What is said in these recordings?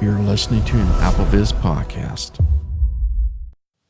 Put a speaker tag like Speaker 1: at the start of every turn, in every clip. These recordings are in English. Speaker 1: You're listening to an Apple Viz podcast.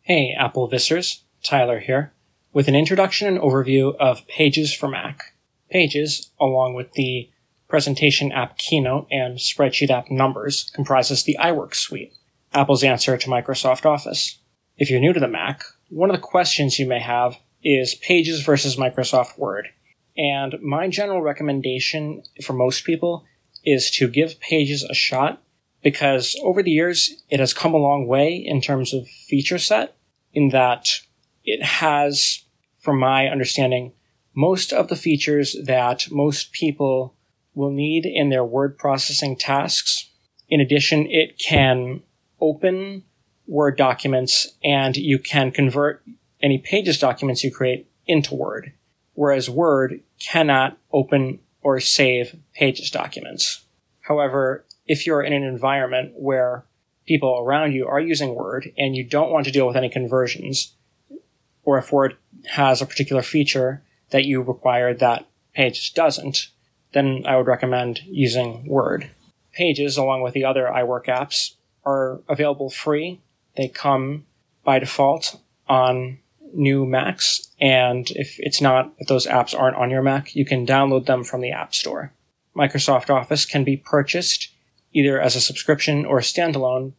Speaker 2: Hey, Apple Vissers, Tyler here, with an introduction and overview of Pages for Mac. Pages, along with the Presentation App Keynote and Spreadsheet App Numbers, comprises the iWork suite, Apple's answer to Microsoft Office. If you're new to the Mac, one of the questions you may have is Pages versus Microsoft Word. And my general recommendation for most people is to give Pages a shot because over the years it has come a long way in terms of feature set in that it has, from my understanding, most of the features that most people will need in their word processing tasks. In addition, it can open Word documents and you can convert any pages documents you create into Word, whereas Word cannot open or save pages documents. However, if you're in an environment where people around you are using Word and you don't want to deal with any conversions, or if Word has a particular feature that you require that Pages doesn't, then I would recommend using Word. Pages, along with the other iWork apps, are available free. They come by default on new Macs, and if it's not, if those apps aren't on your Mac, you can download them from the App Store. Microsoft Office can be purchased either as a subscription or standalone,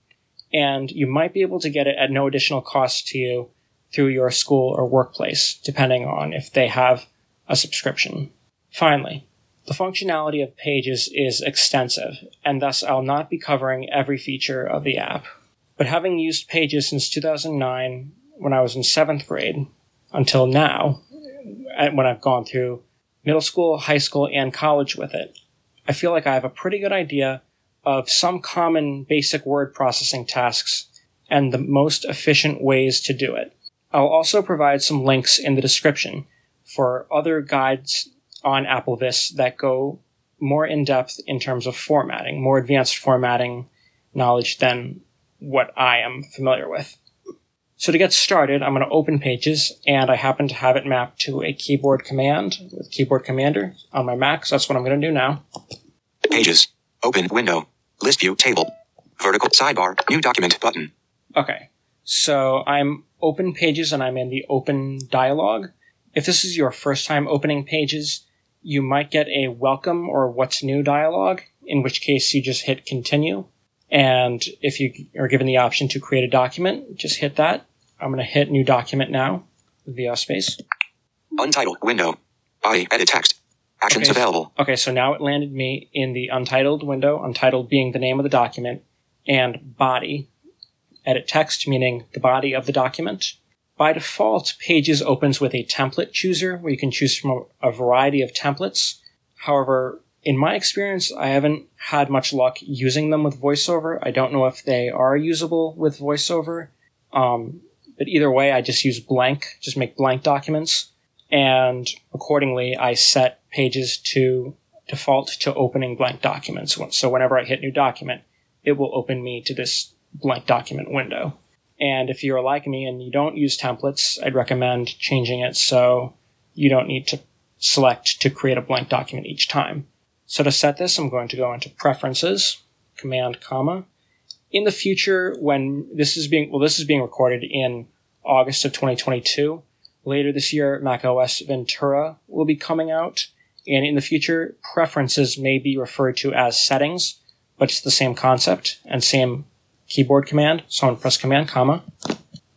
Speaker 2: and you might be able to get it at no additional cost to you through your school or workplace, depending on if they have a subscription. Finally, the functionality of Pages is extensive, and thus I'll not be covering every feature of the app. But having used Pages since 2009, when I was in seventh grade, until now, and when I've gone through middle school, high school, and college with it, I feel like I have a pretty good idea of some common basic word processing tasks and the most efficient ways to do it. I'll also provide some links in the description for other guides on AppleVis that go more in depth in terms of formatting, more advanced formatting knowledge than what I am familiar with. So to get started, I'm going to open Pages, and I happen to have it mapped to a keyboard command with Keyboard Commander on my Mac, so that's what I'm going to do now.
Speaker 3: Pages. Open window. List view table. Vertical sidebar. New document button.
Speaker 2: Okay. So I'm open pages and I'm in the open dialog. If this is your first time opening pages, you might get a welcome or what's new dialog, in which case you just hit continue. And if you are given the option to create a document, just hit that. I'm going to hit new document now, VO space.
Speaker 3: Untitled window. Body edit text. Actions
Speaker 2: Okay.
Speaker 3: available.
Speaker 2: Okay, so now it landed me in the untitled window, untitled being the name of the document, and body, edit text meaning the body of the document. By default, Pages opens with a template chooser where you can choose from a a variety of templates. However, in my experience, I haven't had much luck using them with VoiceOver. I don't know if they are usable with VoiceOver. Um, but either way, I just use blank, just make blank documents and accordingly I set pages to default to opening blank documents. So whenever I hit new document, it will open me to this blank document window. And if you're like me and you don't use templates, I'd recommend changing it so you don't need to select to create a blank document each time. So to set this, I'm going to go into preferences, command comma. In the future, when this is being, well, this is being recorded in August of 2022. Later this year, macOS Ventura will be coming out, and in the future, preferences may be referred to as settings, but it's the same concept and same keyboard command. So I'm gonna press command comma.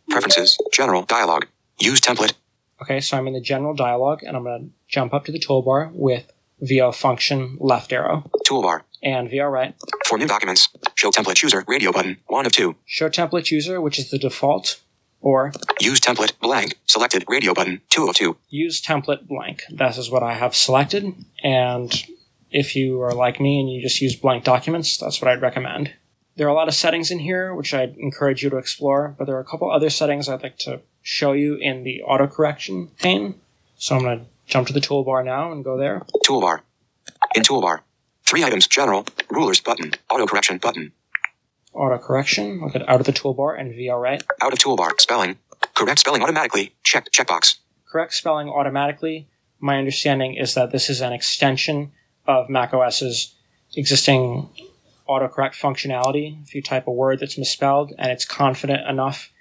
Speaker 3: Preferences. General dialog. Use template.
Speaker 2: Okay, so I'm in the general dialog, and I'm going to jump up to the toolbar with VO function left arrow
Speaker 3: Toolbar.
Speaker 2: and VO right.
Speaker 3: For new documents. Show template chooser. Radio button. One of two.
Speaker 2: Show template chooser, which is the default, or
Speaker 3: Use template. Blank. Selected. Radio button. Two of two.
Speaker 2: use template blank. That is what I have selected. And if you are like me and you just use blank documents, that's what I'd recommend. There are a lot of settings in here, which I'd encourage you to explore, but there are a couple other settings I'd like to show you in the autocorrection pane. So I'm going to jump to the toolbar now and go there.
Speaker 3: Toolbar. In toolbar. Three items. General. Rulers button. Auto correction button.
Speaker 2: Autocorrection, look at out of the toolbar and VR right.
Speaker 3: Out of toolbar. Spelling. Correct spelling automatically. Check. Checkbox.
Speaker 2: correct spelling automatically. My understanding is that this is an extension of macOS's existing autocorrect functionality if you type a word that's misspelled and it's confident enough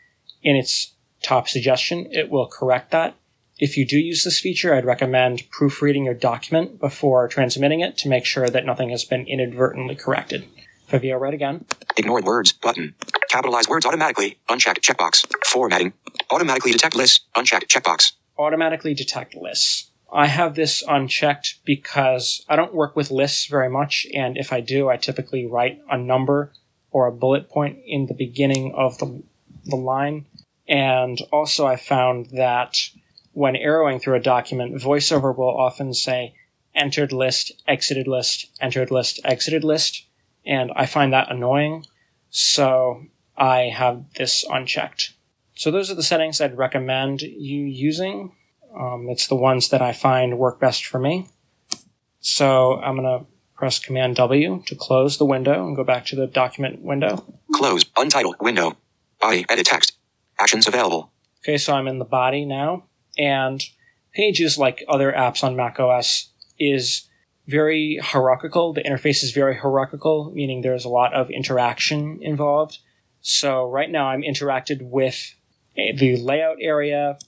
Speaker 2: in its top suggestion, it will correct that. If you do use this feature, I'd recommend proofreading your document before transmitting it to make sure that nothing has been inadvertently corrected. Favio, right again.
Speaker 3: Ignore words button. Capitalize words automatically. Unchecked checkbox. Formatting. Automatically detect lists. Unchecked checkbox.
Speaker 2: automatically detect lists. I have this unchecked because I don't work with lists very much, and if I do, I typically write a number or a bullet point in the beginning of the, the line. And also, I found that when arrowing through a document, VoiceOver will often say entered list, exited list, entered list, exited list, and I find that annoying, so I have this unchecked. So those are the settings I'd recommend you using. Um, it's the ones that I find work best for me. So I'm going to press Command W to close the window and go back to the document window.
Speaker 3: Close. Untitled window. Body. Edit text. Actions available.
Speaker 2: Okay, so I'm in the body now, and Pages, like other apps on macOS, is very hierarchical. The interface is very hierarchical, meaning there's a lot of interaction involved. So right now, I'm interacted with a- the layout area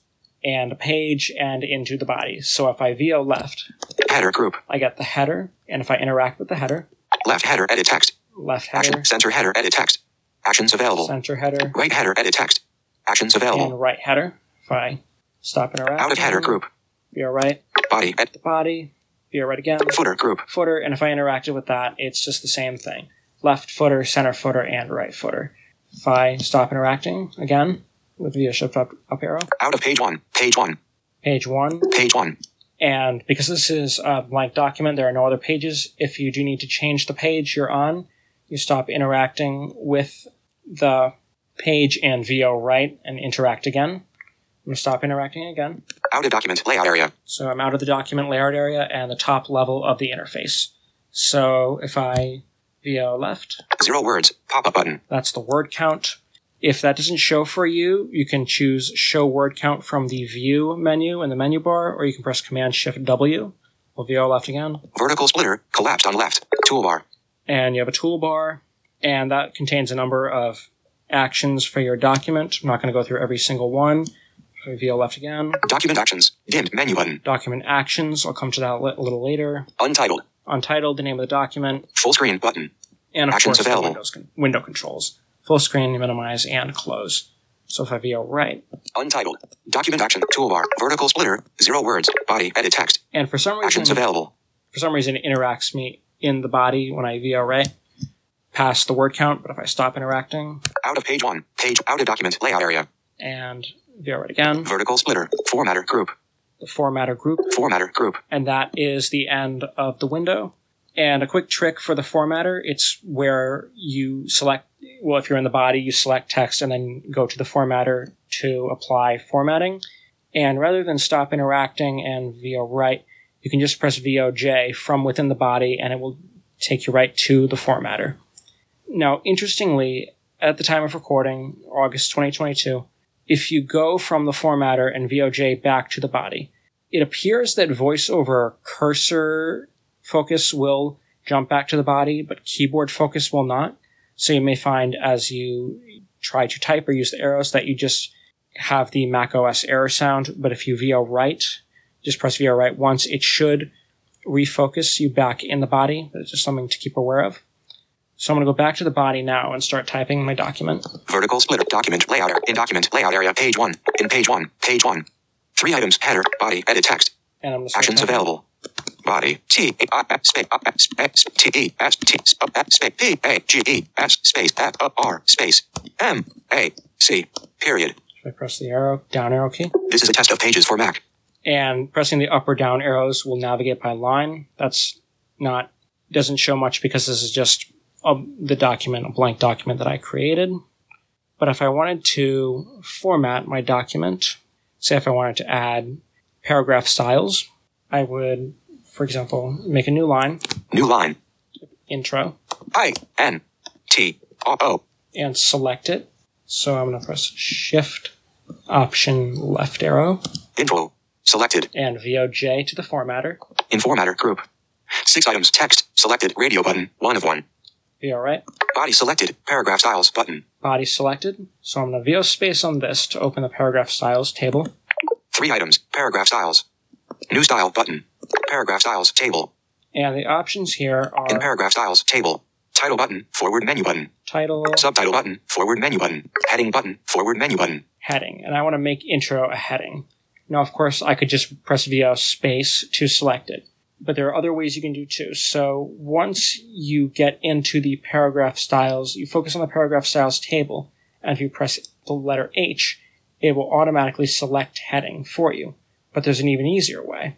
Speaker 2: and a page and into the body. So if I VO left,
Speaker 3: Header group.
Speaker 2: I get the header, and if I interact with the header,
Speaker 3: Left header. Edit text.
Speaker 2: left
Speaker 3: Action.
Speaker 2: header,
Speaker 3: Center header. Edit text. Actions available.
Speaker 2: center header,
Speaker 3: Right header. Edit text. Actions available.
Speaker 2: and right header. If I stop interacting,
Speaker 3: Out of header group.
Speaker 2: VO right,
Speaker 3: Body. Ed-
Speaker 2: the body, VO right again.
Speaker 3: footer group.
Speaker 2: footer, and if I interacted with that, it's just the same thing. Left footer, center footer, and right footer. If I stop interacting again with via shift up, up arrow,
Speaker 3: Out of page one. Page one.
Speaker 2: page one,
Speaker 3: Page one.
Speaker 2: and because this is a blank document, there are no other pages. If you do need to change the page you're on, you stop interacting with the page and VO right and interact again. I'm going to stop interacting again.
Speaker 3: Out of document layout area.
Speaker 2: So I'm out of the document layout area and the top level of the interface. So if I VO left,
Speaker 3: Zero words. Pop up button.
Speaker 2: That's the word count. If that doesn't show for you, you can choose Show Word Count from the View menu in the menu bar, or you can press Command Shift W. We'll VO left again.
Speaker 3: Vertical splitter. Collapsed on left. Toolbar.
Speaker 2: And you have a toolbar, and that contains a number of actions for your document. I'm not going to go through every single one. So VO left again.
Speaker 3: Document actions. Dimmed menu button.
Speaker 2: Document actions, I'll come to that li- a little later.
Speaker 3: Untitled.
Speaker 2: Untitled, the name of the document,
Speaker 3: Full screen button.
Speaker 2: and of
Speaker 3: Actions
Speaker 2: course the
Speaker 3: available.
Speaker 2: windows con- window controls. Full screen, minimize, and close. So if I VO right,
Speaker 3: Untitled. Document action. Toolbar. Vertical splitter. Zero words. Body. Edit text.
Speaker 2: and for some reason,
Speaker 3: Actions available.
Speaker 2: for some reason it interacts me in the body when I VO right past the word count, but if I stop interacting
Speaker 3: Out of page one. Page out of document layout area.
Speaker 2: and VO right again,
Speaker 3: Vertical splitter. Formatter group.
Speaker 2: the formatter group,
Speaker 3: Formatter group.
Speaker 2: and that is the end of the window. And a quick trick for the formatter, it's where you select well, if you're in the body, you select text and then go to the formatter to apply formatting. And rather than stop interacting and VO right, you can just press VOJ from within the body and it will take you right to the formatter. Now, interestingly, at the time of recording, August 2022, if you go from the formatter and VOJ back to the body, it appears that voiceover cursor focus will jump back to the body, but keyboard focus will not. So you may find as you try to type or use the arrows that you just have the Mac OS error sound, but if you VO right, just press VO right once, it should refocus you back in the body. That's just something to keep aware of. So I'm going to go back to the body now and start typing my document.
Speaker 3: Vertical splitter. Document layout. area- In document layout area. Page one. In page one. Page one. Three items. Header. Body. Edit text.
Speaker 2: And I'm going to start
Speaker 3: Actions
Speaker 2: typing.
Speaker 3: available. Body T A I S space up S S T E S T S up S space P A G E S space F up R space M A C period.
Speaker 2: If I press the arrow, down arrow key.
Speaker 3: This is a test of pages for Mac.
Speaker 2: and pressing the up or down arrows will navigate by line. That's not doesn't show much because this is just a, the document, a blank document that I created. But if I wanted to format my document, say if I wanted to add paragraph styles, I would, for example, make a new line
Speaker 3: New line
Speaker 2: intro
Speaker 3: I N T O O
Speaker 2: and select it. So I'm going to press Shift, Option, left arrow,
Speaker 3: intro selected
Speaker 2: and VOJ to the formatter.
Speaker 3: in formatter group. Six items text selected radio button one of one
Speaker 2: Be all right.
Speaker 3: Body selected. Paragraph styles button.
Speaker 2: Body selected. So I'm going to VO space on this to open the paragraph styles table.
Speaker 3: Three items. Paragraph styles. New style button. Paragraph styles table.
Speaker 2: And the options here
Speaker 3: In
Speaker 2: are
Speaker 3: paragraph styles table. Title button. Forward menu button.
Speaker 2: title,
Speaker 3: Subtitle button. Forward menu button. Heading button. Forward menu button.
Speaker 2: heading. And I want to make intro a heading. Now, of course, I could just press VO space to select it. But there are other ways you can do too. So once you get into the paragraph styles, you focus on the paragraph styles table. And if you press the letter H, it will automatically select heading for you. But there's an even easier way,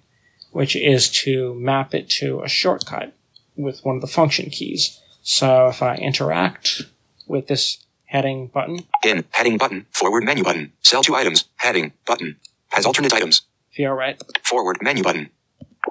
Speaker 2: which is to map it to a shortcut with one of the function keys. So if I interact with this heading button,
Speaker 3: In heading button. Forward menu button. Sell two items. Heading button. Has alternate items.
Speaker 2: if you're right,
Speaker 3: Forward menu button.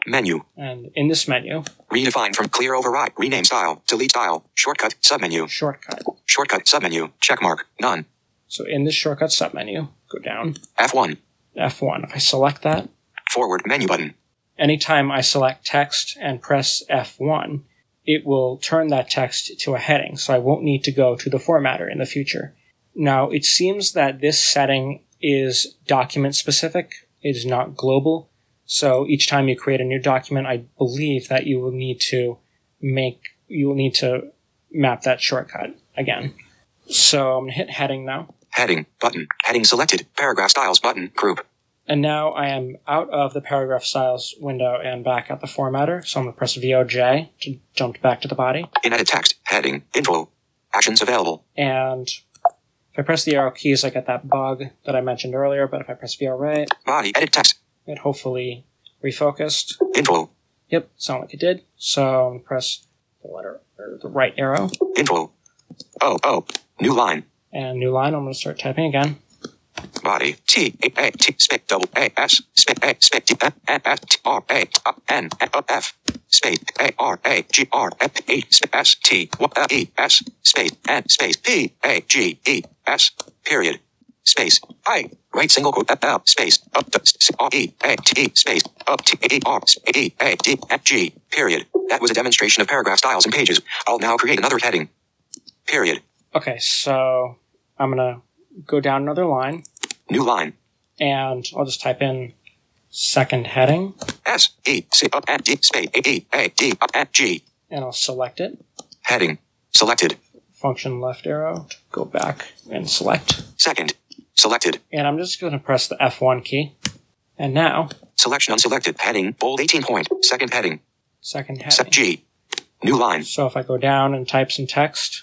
Speaker 3: Menu.
Speaker 2: and in this menu,
Speaker 3: Redefine from clear override. Rename style. Delete style. Shortcut. Submenu.
Speaker 2: shortcut.
Speaker 3: Shortcut. Submenu. Checkmark. None.
Speaker 2: So in this shortcut submenu, go down
Speaker 3: F1.
Speaker 2: F1. If I select that,
Speaker 3: Forward menu button.
Speaker 2: anytime I select text and press F1, it will turn that text to a heading, so I won't need to go to the formatter in the future. Now, it seems that this setting is document specific, it is not global, so each time you create a new document, I believe that you will need to make, you will need to map that shortcut again. So I'm going to hit heading now.
Speaker 3: Heading button. Heading selected. Paragraph styles button. Group.
Speaker 2: And now I am out of the paragraph styles window and back at the formatter. So I'm going to press VOJ to jump back to the body.
Speaker 3: In edit text. Heading. Info. Actions available.
Speaker 2: And if I press the arrow keys, I get that bug that I mentioned earlier. But if I press VO right,
Speaker 3: Body. Edit text.
Speaker 2: it hopefully refocused.
Speaker 3: Info.
Speaker 2: Yep, sound like it did. So I'm going to press the letter or the right arrow
Speaker 3: Info. Oh, oh. New line.
Speaker 2: and new line. I'm going to start typing again.
Speaker 3: Body. T. A. A. T. Spec. Double. A. S. Spec. A. Spec. T. F. F. F. T. R. A. T. N. F. F. Space. A. R. A. G. R. F. E. Spec. S. T. W. F. E. S. Space. N. Space. P. A. G. E. S. Period. Space. I. Right single quote. F. L. Space. Up. T. S. R. E. A. T. Space. Up. T. E. R. S. E. A. D. F. G. Period. That was a demonstration of paragraph styles and pages. I'll now create another heading. Period.
Speaker 2: Okay, so I'm going to go down another line
Speaker 3: New line.
Speaker 2: and I'll just type in second heading
Speaker 3: S E C up at D space A E A D up at G
Speaker 2: and I'll select it.
Speaker 3: heading selected
Speaker 2: function left arrow to go back and select.
Speaker 3: second selected
Speaker 2: And I'm just going to press the F1 key. And now,
Speaker 3: selection unselected heading bold 18 point second heading
Speaker 2: second
Speaker 3: set
Speaker 2: heading.
Speaker 3: G new line
Speaker 2: So if I go down and type some text,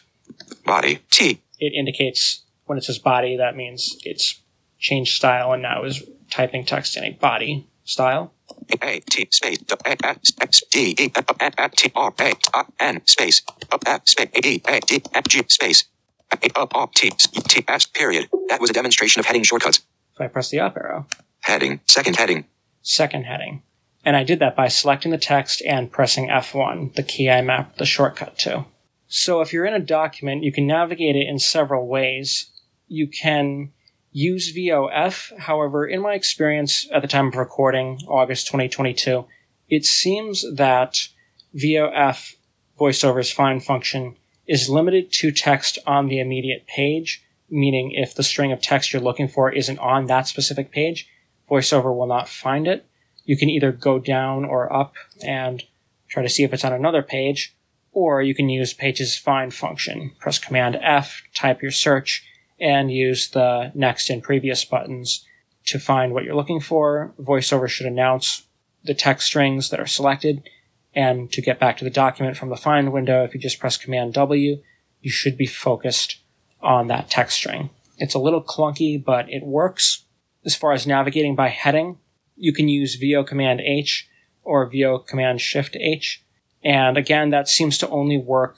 Speaker 3: body T
Speaker 2: it indicates when it says body, that means it's changed style and now is typing text in a body style.
Speaker 3: A T space D A X X D E up at at T R A T I N space up at space A E A D F G space A up up T S E T S period that was a demonstration of heading shortcuts
Speaker 2: If I press the up arrow,
Speaker 3: heading second heading
Speaker 2: second heading. And I did that by selecting the text and pressing F1, the key I mapped the shortcut to. So if you're in a document, you can navigate it in several ways. You can use VOF. However, in my experience at the time of recording, August 2022, it seems that VOF, VoiceOver's find function, is limited to text on the immediate page, meaning if the string of text you're looking for isn't on that specific page, VoiceOver will not find it. You can either go down or up and try to see if it's on another page, or you can use Page's find function. Press Command F, type your search, and use the next and previous buttons to find what you're looking for. VoiceOver should announce the text strings that are selected, and to get back to the document from the find window, if you just press Command W, you should be focused on that text string. It's a little clunky, but it works as far as navigating by heading, you can use VO Command H or VO Command Shift H. And again, that seems to only work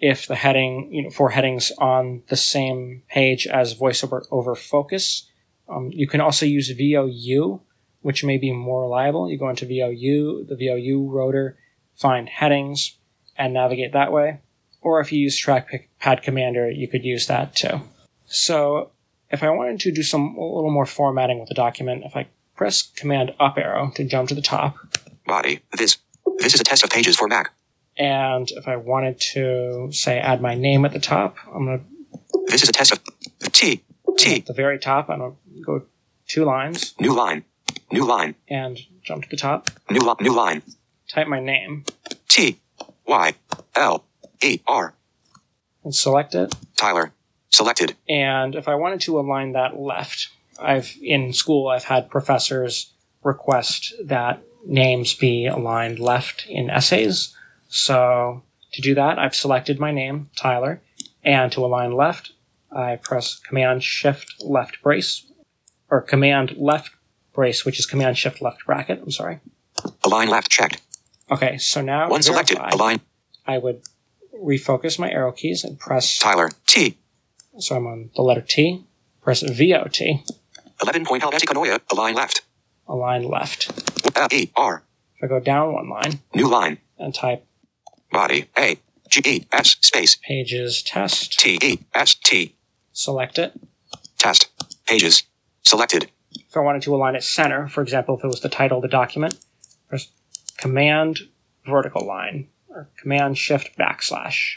Speaker 2: if the heading, you know, for headings on the same page as VoiceOver over focus. Um, you can also use VOU, which may be more reliable. You go into VOU, the VOU rotor, find headings, and navigate that way. Or if you use Trackpad Commander, you could use that too. So if I wanted to do some a little more formatting with the document, if I press Command Up arrow to jump to the top,
Speaker 3: body this this is a test of pages for Mac
Speaker 2: And if I wanted to say add my name at the top, I'm going to
Speaker 3: This is a test of T T
Speaker 2: at the very top. I'm going to go two lines
Speaker 3: new line, new line,
Speaker 2: and jump to the top.
Speaker 3: new line, new line.
Speaker 2: Type my name
Speaker 3: T Y L E R
Speaker 2: and select it.
Speaker 3: Tyler selected
Speaker 2: And if I wanted to align that left, I've in school I've had professors request that names be aligned left in essays. So to do that, I've selected my name, Tyler, and to align left, I press Command Shift left brace or Command left brace, which is Command Shift left bracket. I'm sorry.
Speaker 3: align left checked
Speaker 2: Okay, so now
Speaker 3: one selected
Speaker 2: verify,
Speaker 3: align
Speaker 2: I would refocus my arrow keys and press.
Speaker 3: Tyler T
Speaker 2: So I'm on the letter T. Press VOT.
Speaker 3: eleven point Helvetica Neue align left
Speaker 2: a line left.
Speaker 3: L E R
Speaker 2: If I go down one line
Speaker 3: new line
Speaker 2: and type
Speaker 3: body A G E S space
Speaker 2: pages test,
Speaker 3: T E S T
Speaker 2: select it.
Speaker 3: test pages selected
Speaker 2: If I wanted to align it center, for example, if it was the title of the document, press Command vertical line or Command Shift backslash.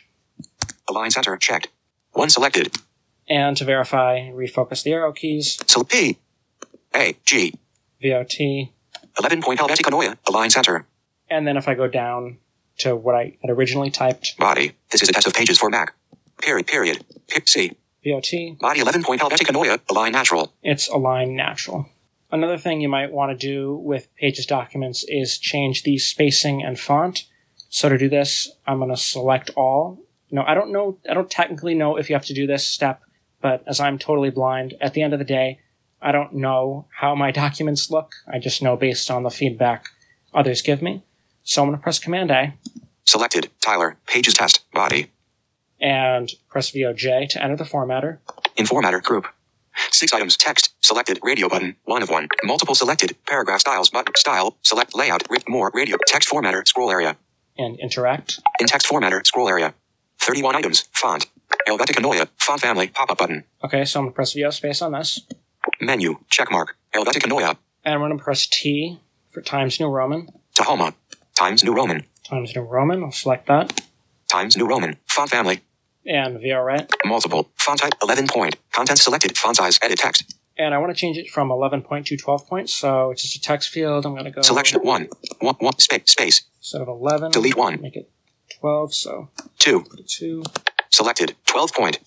Speaker 3: align center checked one selected
Speaker 2: And to verify, refocus the arrow keys,
Speaker 3: so P A G
Speaker 2: VOT,
Speaker 3: eleven point Helvetica Neue align center
Speaker 2: and then if I go down to what I had originally typed,
Speaker 3: body this is a test of pages for Mac period period P- C
Speaker 2: VOT,
Speaker 3: body eleven point Helvetica Neue align natural
Speaker 2: it's align natural. Another thing you might want to do with Pages documents is change the spacing and font. So to do this, I'm going to select all. No, I don't know. I don't technically know if you have to do this step, but as I'm totally blind, at the end of the day, I don't know how my documents look. I just know based on the feedback others give me. So I'm going to press Command A
Speaker 3: Selected. Tyler. Pages test. Body.
Speaker 2: and press VOJ to enter the formatter.
Speaker 3: Informatter. Group. Six items. Text. Selected. Radio button. One of one. Multiple selected. Paragraph styles. Button. Style. Select layout. Read more. Radio. Text formatter. Scroll area.
Speaker 2: And interact.
Speaker 3: In text formatter. Scroll area. 31 items. Font. Helvetica Neue. Font family. Pop up button.
Speaker 2: Okay, so I'm going to press VO space on this.
Speaker 3: Menu. Check mark. Helvetica Neue.
Speaker 2: And we're going to press T for Times New Roman.
Speaker 3: Tahoma. Times New Roman.
Speaker 2: Times New Roman, I'll select that.
Speaker 3: Times New Roman. Font family.
Speaker 2: And VRet.
Speaker 3: Multiple. Font type. 11 point. Content selected. Font size. Edit text.
Speaker 2: And I want to change it from 11 point to 12 point, so it's just a text field. I'm going to go
Speaker 3: Selection. One. One. One. Space. Space.
Speaker 2: instead of 11.
Speaker 3: Delete one.
Speaker 2: Make it 12, so
Speaker 3: Two.
Speaker 2: 2,
Speaker 3: Selected. 12 point.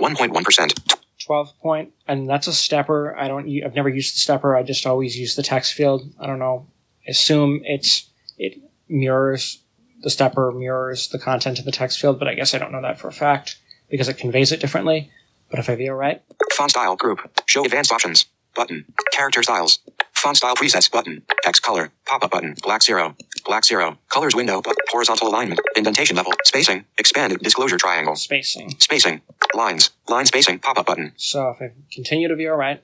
Speaker 3: 1.1%.
Speaker 2: 12 point. And that's a stepper. I don't, u- I've never used the stepper. I just always use the text field. I don't know. Assume it's, it mirrors, the stepper mirrors the content of the text field, but I guess I don't know that for a fact because it conveys it differently. But if I VRet,
Speaker 3: Font style group. Show advanced options. Button. Character styles. Font style presets button. Text color. Pop up button. Black zero. Black zero. Colors window. But horizontal alignment. Indentation level. Spacing. Expanded disclosure triangle.
Speaker 2: spacing.
Speaker 3: Spacing. Lines. Line spacing. Pop up button.
Speaker 2: So if I continue to VRet,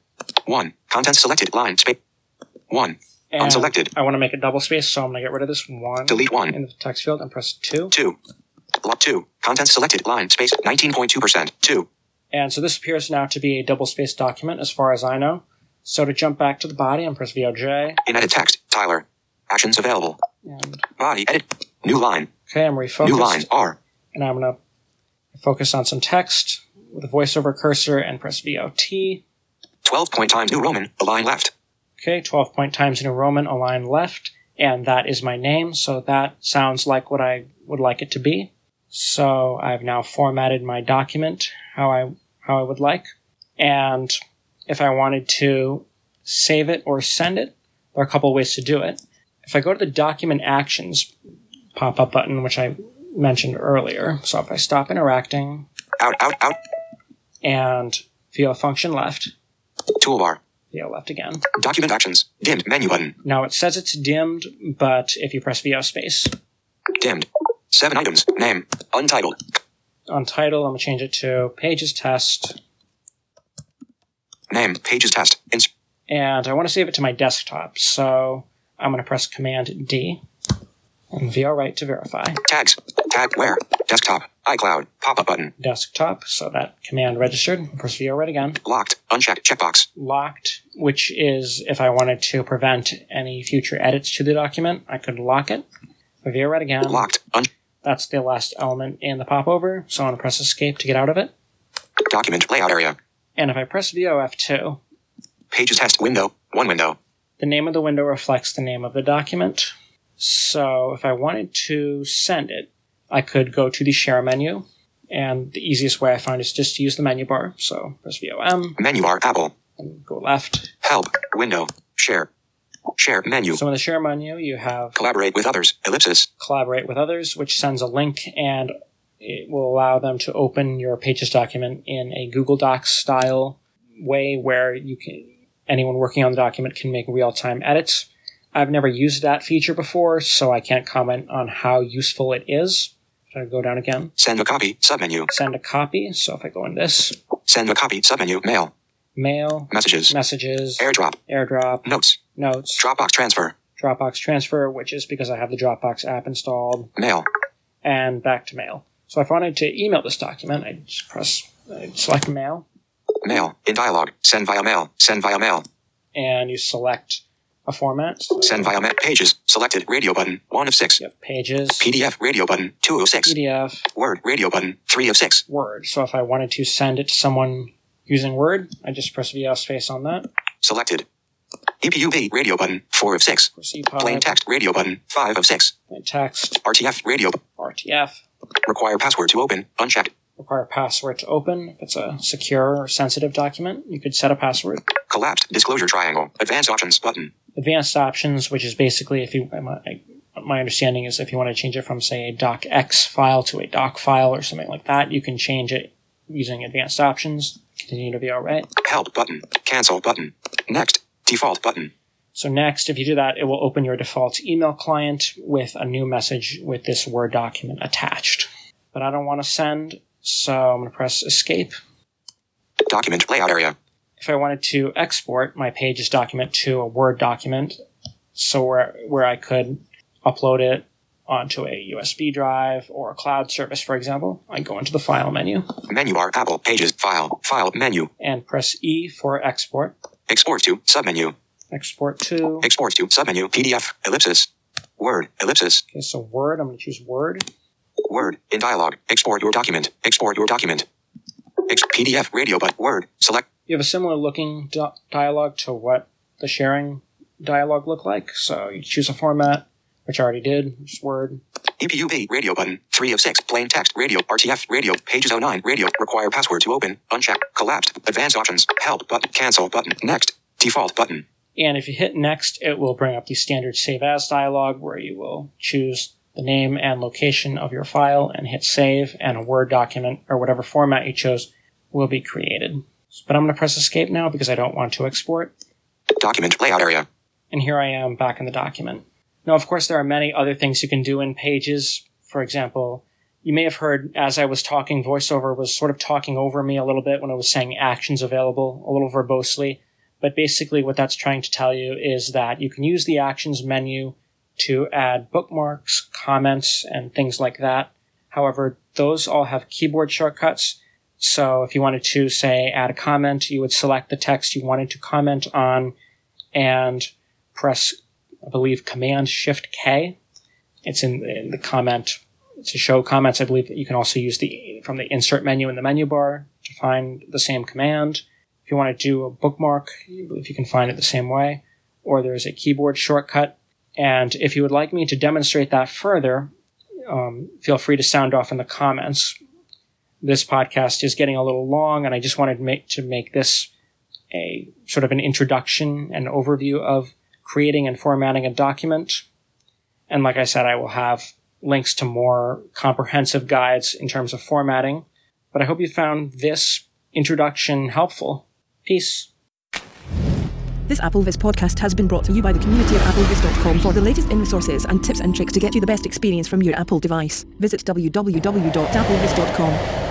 Speaker 3: One. Content selected. Line space. One.
Speaker 2: And
Speaker 3: Unselected.
Speaker 2: I want to make it double space, so I'm going to get rid of this one
Speaker 3: Delete one.
Speaker 2: in the text field and press two.
Speaker 3: Two. Block two. Content selected. Line space. 19.2%. Two.
Speaker 2: And so this appears now to be a double space document, as far as I know. So to jump back to the body, and press VOJ.
Speaker 3: In edit text. Tyler. Actions available.
Speaker 2: And
Speaker 3: Body edit. New line.
Speaker 2: okay, I'm
Speaker 3: New line.
Speaker 2: refocused,
Speaker 3: R.
Speaker 2: and I'm going to focus on some text with a voiceover cursor and press VOT.
Speaker 3: 12 point times New Roman. Align left.
Speaker 2: Okay, 12 point times New Roman, align left, and that is my name, so that sounds like what I would like it to be. So I've now formatted my document how I how I would like. And if I wanted to save it or send it, there are a couple ways to do it. If I go to the document actions pop-up button, which I mentioned earlier, so if I stop interacting
Speaker 3: Out, out, out.
Speaker 2: and VO function left,
Speaker 3: Toolbar.
Speaker 2: VO left again.
Speaker 3: Document actions. Dimmed menu button.
Speaker 2: Now it says it's dimmed, but if you press VO space
Speaker 3: Dimmed. Seven items. Name. Untitled.
Speaker 2: on title, I'm gonna change it to pages test,
Speaker 3: Name. Pages test. Ins-
Speaker 2: and I want to save it to my desktop. So I'm gonna press Command D and VO right to verify
Speaker 3: tags. Tag where. Desktop. iCloud. Pop up button.
Speaker 2: desktop. So that command registered. Press VO right again.
Speaker 3: Locked. Unchecked. Checkbox.
Speaker 2: Locked, which is if I wanted to prevent any future edits to the document, I could lock it. VO right again.
Speaker 3: Locked. Un-
Speaker 2: That's the last element in the popover, so I'm going to press escape to get out of it.
Speaker 3: Document layout area.
Speaker 2: And if I press VOF2,
Speaker 3: Pages test window. One window.
Speaker 2: the name of the window reflects the name of the document. So if I wanted to send it, I could go to the share menu. And the easiest way I found is just to use the menu bar. So press VOM
Speaker 3: Menu bar. Apple.
Speaker 2: and go left.
Speaker 3: Help. Window. Share. Share menu.
Speaker 2: So in the share menu, you have
Speaker 3: Collaborate with others. Ellipsis.
Speaker 2: collaborate with others, which sends a link and it will allow them to open your Pages document in a Google Docs style way where you can anyone working on the document can make real-time edits. I've never used that feature before, so I can't comment on how useful it is. Should I go down again?
Speaker 3: Send a copy. Submenu.
Speaker 2: Send a copy. So if I go in this,
Speaker 3: Send a copy. Submenu. Mail.
Speaker 2: mail,
Speaker 3: Messages.
Speaker 2: messages,
Speaker 3: AirDrop.
Speaker 2: airdrop,
Speaker 3: Notes.
Speaker 2: notes,
Speaker 3: Dropbox transfer.
Speaker 2: Dropbox transfer, which is because I have the Dropbox app installed,
Speaker 3: Mail.
Speaker 2: and back to mail. So if I wanted to email this document, I just press I'd select mail,
Speaker 3: Mail. In dialog. Send via mail. Send via mail.
Speaker 2: and you select a format.
Speaker 3: Send via mail. Pages. Selected. Radio button. One of six.
Speaker 2: You have pages,
Speaker 3: PDF. Radio button. Two of six.
Speaker 2: PDF,
Speaker 3: Word. Radio button. Three of six.
Speaker 2: Word. So if I wanted to send it to someone using Word, I just press VL space on that.
Speaker 3: Selected. E EPUB. Radio button. Four of six.
Speaker 2: Press
Speaker 3: Plain
Speaker 2: EPUB,
Speaker 3: text. Radio button. Five of six.
Speaker 2: plain text,
Speaker 3: RTF. Radio. bu-
Speaker 2: RTF.
Speaker 3: Require password to open. Unchecked.
Speaker 2: Require password to open. If it's a secure or sensitive document, you could set a password.
Speaker 3: Collapsed. Disclosure triangle. Advanced options button.
Speaker 2: advanced options, which is basically if you my, my understanding is if you want to change it from say a docx file to a doc file or something like that, you can change it using advanced options. Continue to be all right.
Speaker 3: Help button. Cancel button. Next. Default button.
Speaker 2: So next, if you do that, it will open your default email client with a new message with this Word document attached. But I don't want to send, so I'm going to press escape.
Speaker 3: Document layout area.
Speaker 2: if I wanted to export my pages document to a Word document, so where where I could upload it onto a USB drive or a cloud service, for example, I go into the File menu
Speaker 3: Menu bar. Apple. Pages. File. File. Menu.
Speaker 2: and press E for export.
Speaker 3: Export to. Submenu.
Speaker 2: Export to.
Speaker 3: Export to. Submenu. PDF. Ellipsis. Word. Ellipsis.
Speaker 2: Okay, so Word. I'm going to choose Word.
Speaker 3: Word. In dialog. Export your document. Export your document. Ex- PDF. Radio button. Word. Select.
Speaker 2: You have a similar looking do- dialog to what the sharing dialog looked like. So you choose a format, which I already did. It's Word.
Speaker 3: EPUB. Radio button. Three of six. Plain text. Radio. RTF. Radio. Pages 09. Radio. Require password to open. Uncheck. Collapsed. Advanced options. Help button. Cancel button. Next. Default button.
Speaker 2: And if you hit next, it will bring up the standard save as dialog where you will choose the name and location of your file and hit save and a Word document or whatever format you chose will be created. But I'm going to press escape now because I don't want to export.
Speaker 3: Document layout area.
Speaker 2: And here I am back in the document. Now, of course, there are many other things you can do in Pages. For example, you may have heard as I was talking, VoiceOver was sort of talking over me a little bit when I was saying actions available a little verbosely. But basically, what that's trying to tell you is that you can use the actions menu to add bookmarks, comments, and things like that. However, those all have keyboard shortcuts. So if you wanted to, say, add a comment, you would select the text you wanted to comment on and press, I believe, Command Shift K. It's in, in the comment to show comments. I believe that you can also use the from the insert menu in the menu bar to find the same command. If you want to do a bookmark, I believe you can find it the same way. Or there's a keyboard shortcut. And if you would like me to demonstrate that further, um, feel free to sound off in the comments. This podcast is getting a little long, and I just wanted to make, to make this a sort of an introduction and overview of creating and formatting a document. And like I said, I will have links to more comprehensive guides in terms of formatting. But I hope you found this introduction helpful. Peace.
Speaker 4: This AppleVis podcast has been brought to you by the community at applevis.com for the latest in resources and tips and tricks to get you the best experience from your Apple device. Visit www.applevis.com.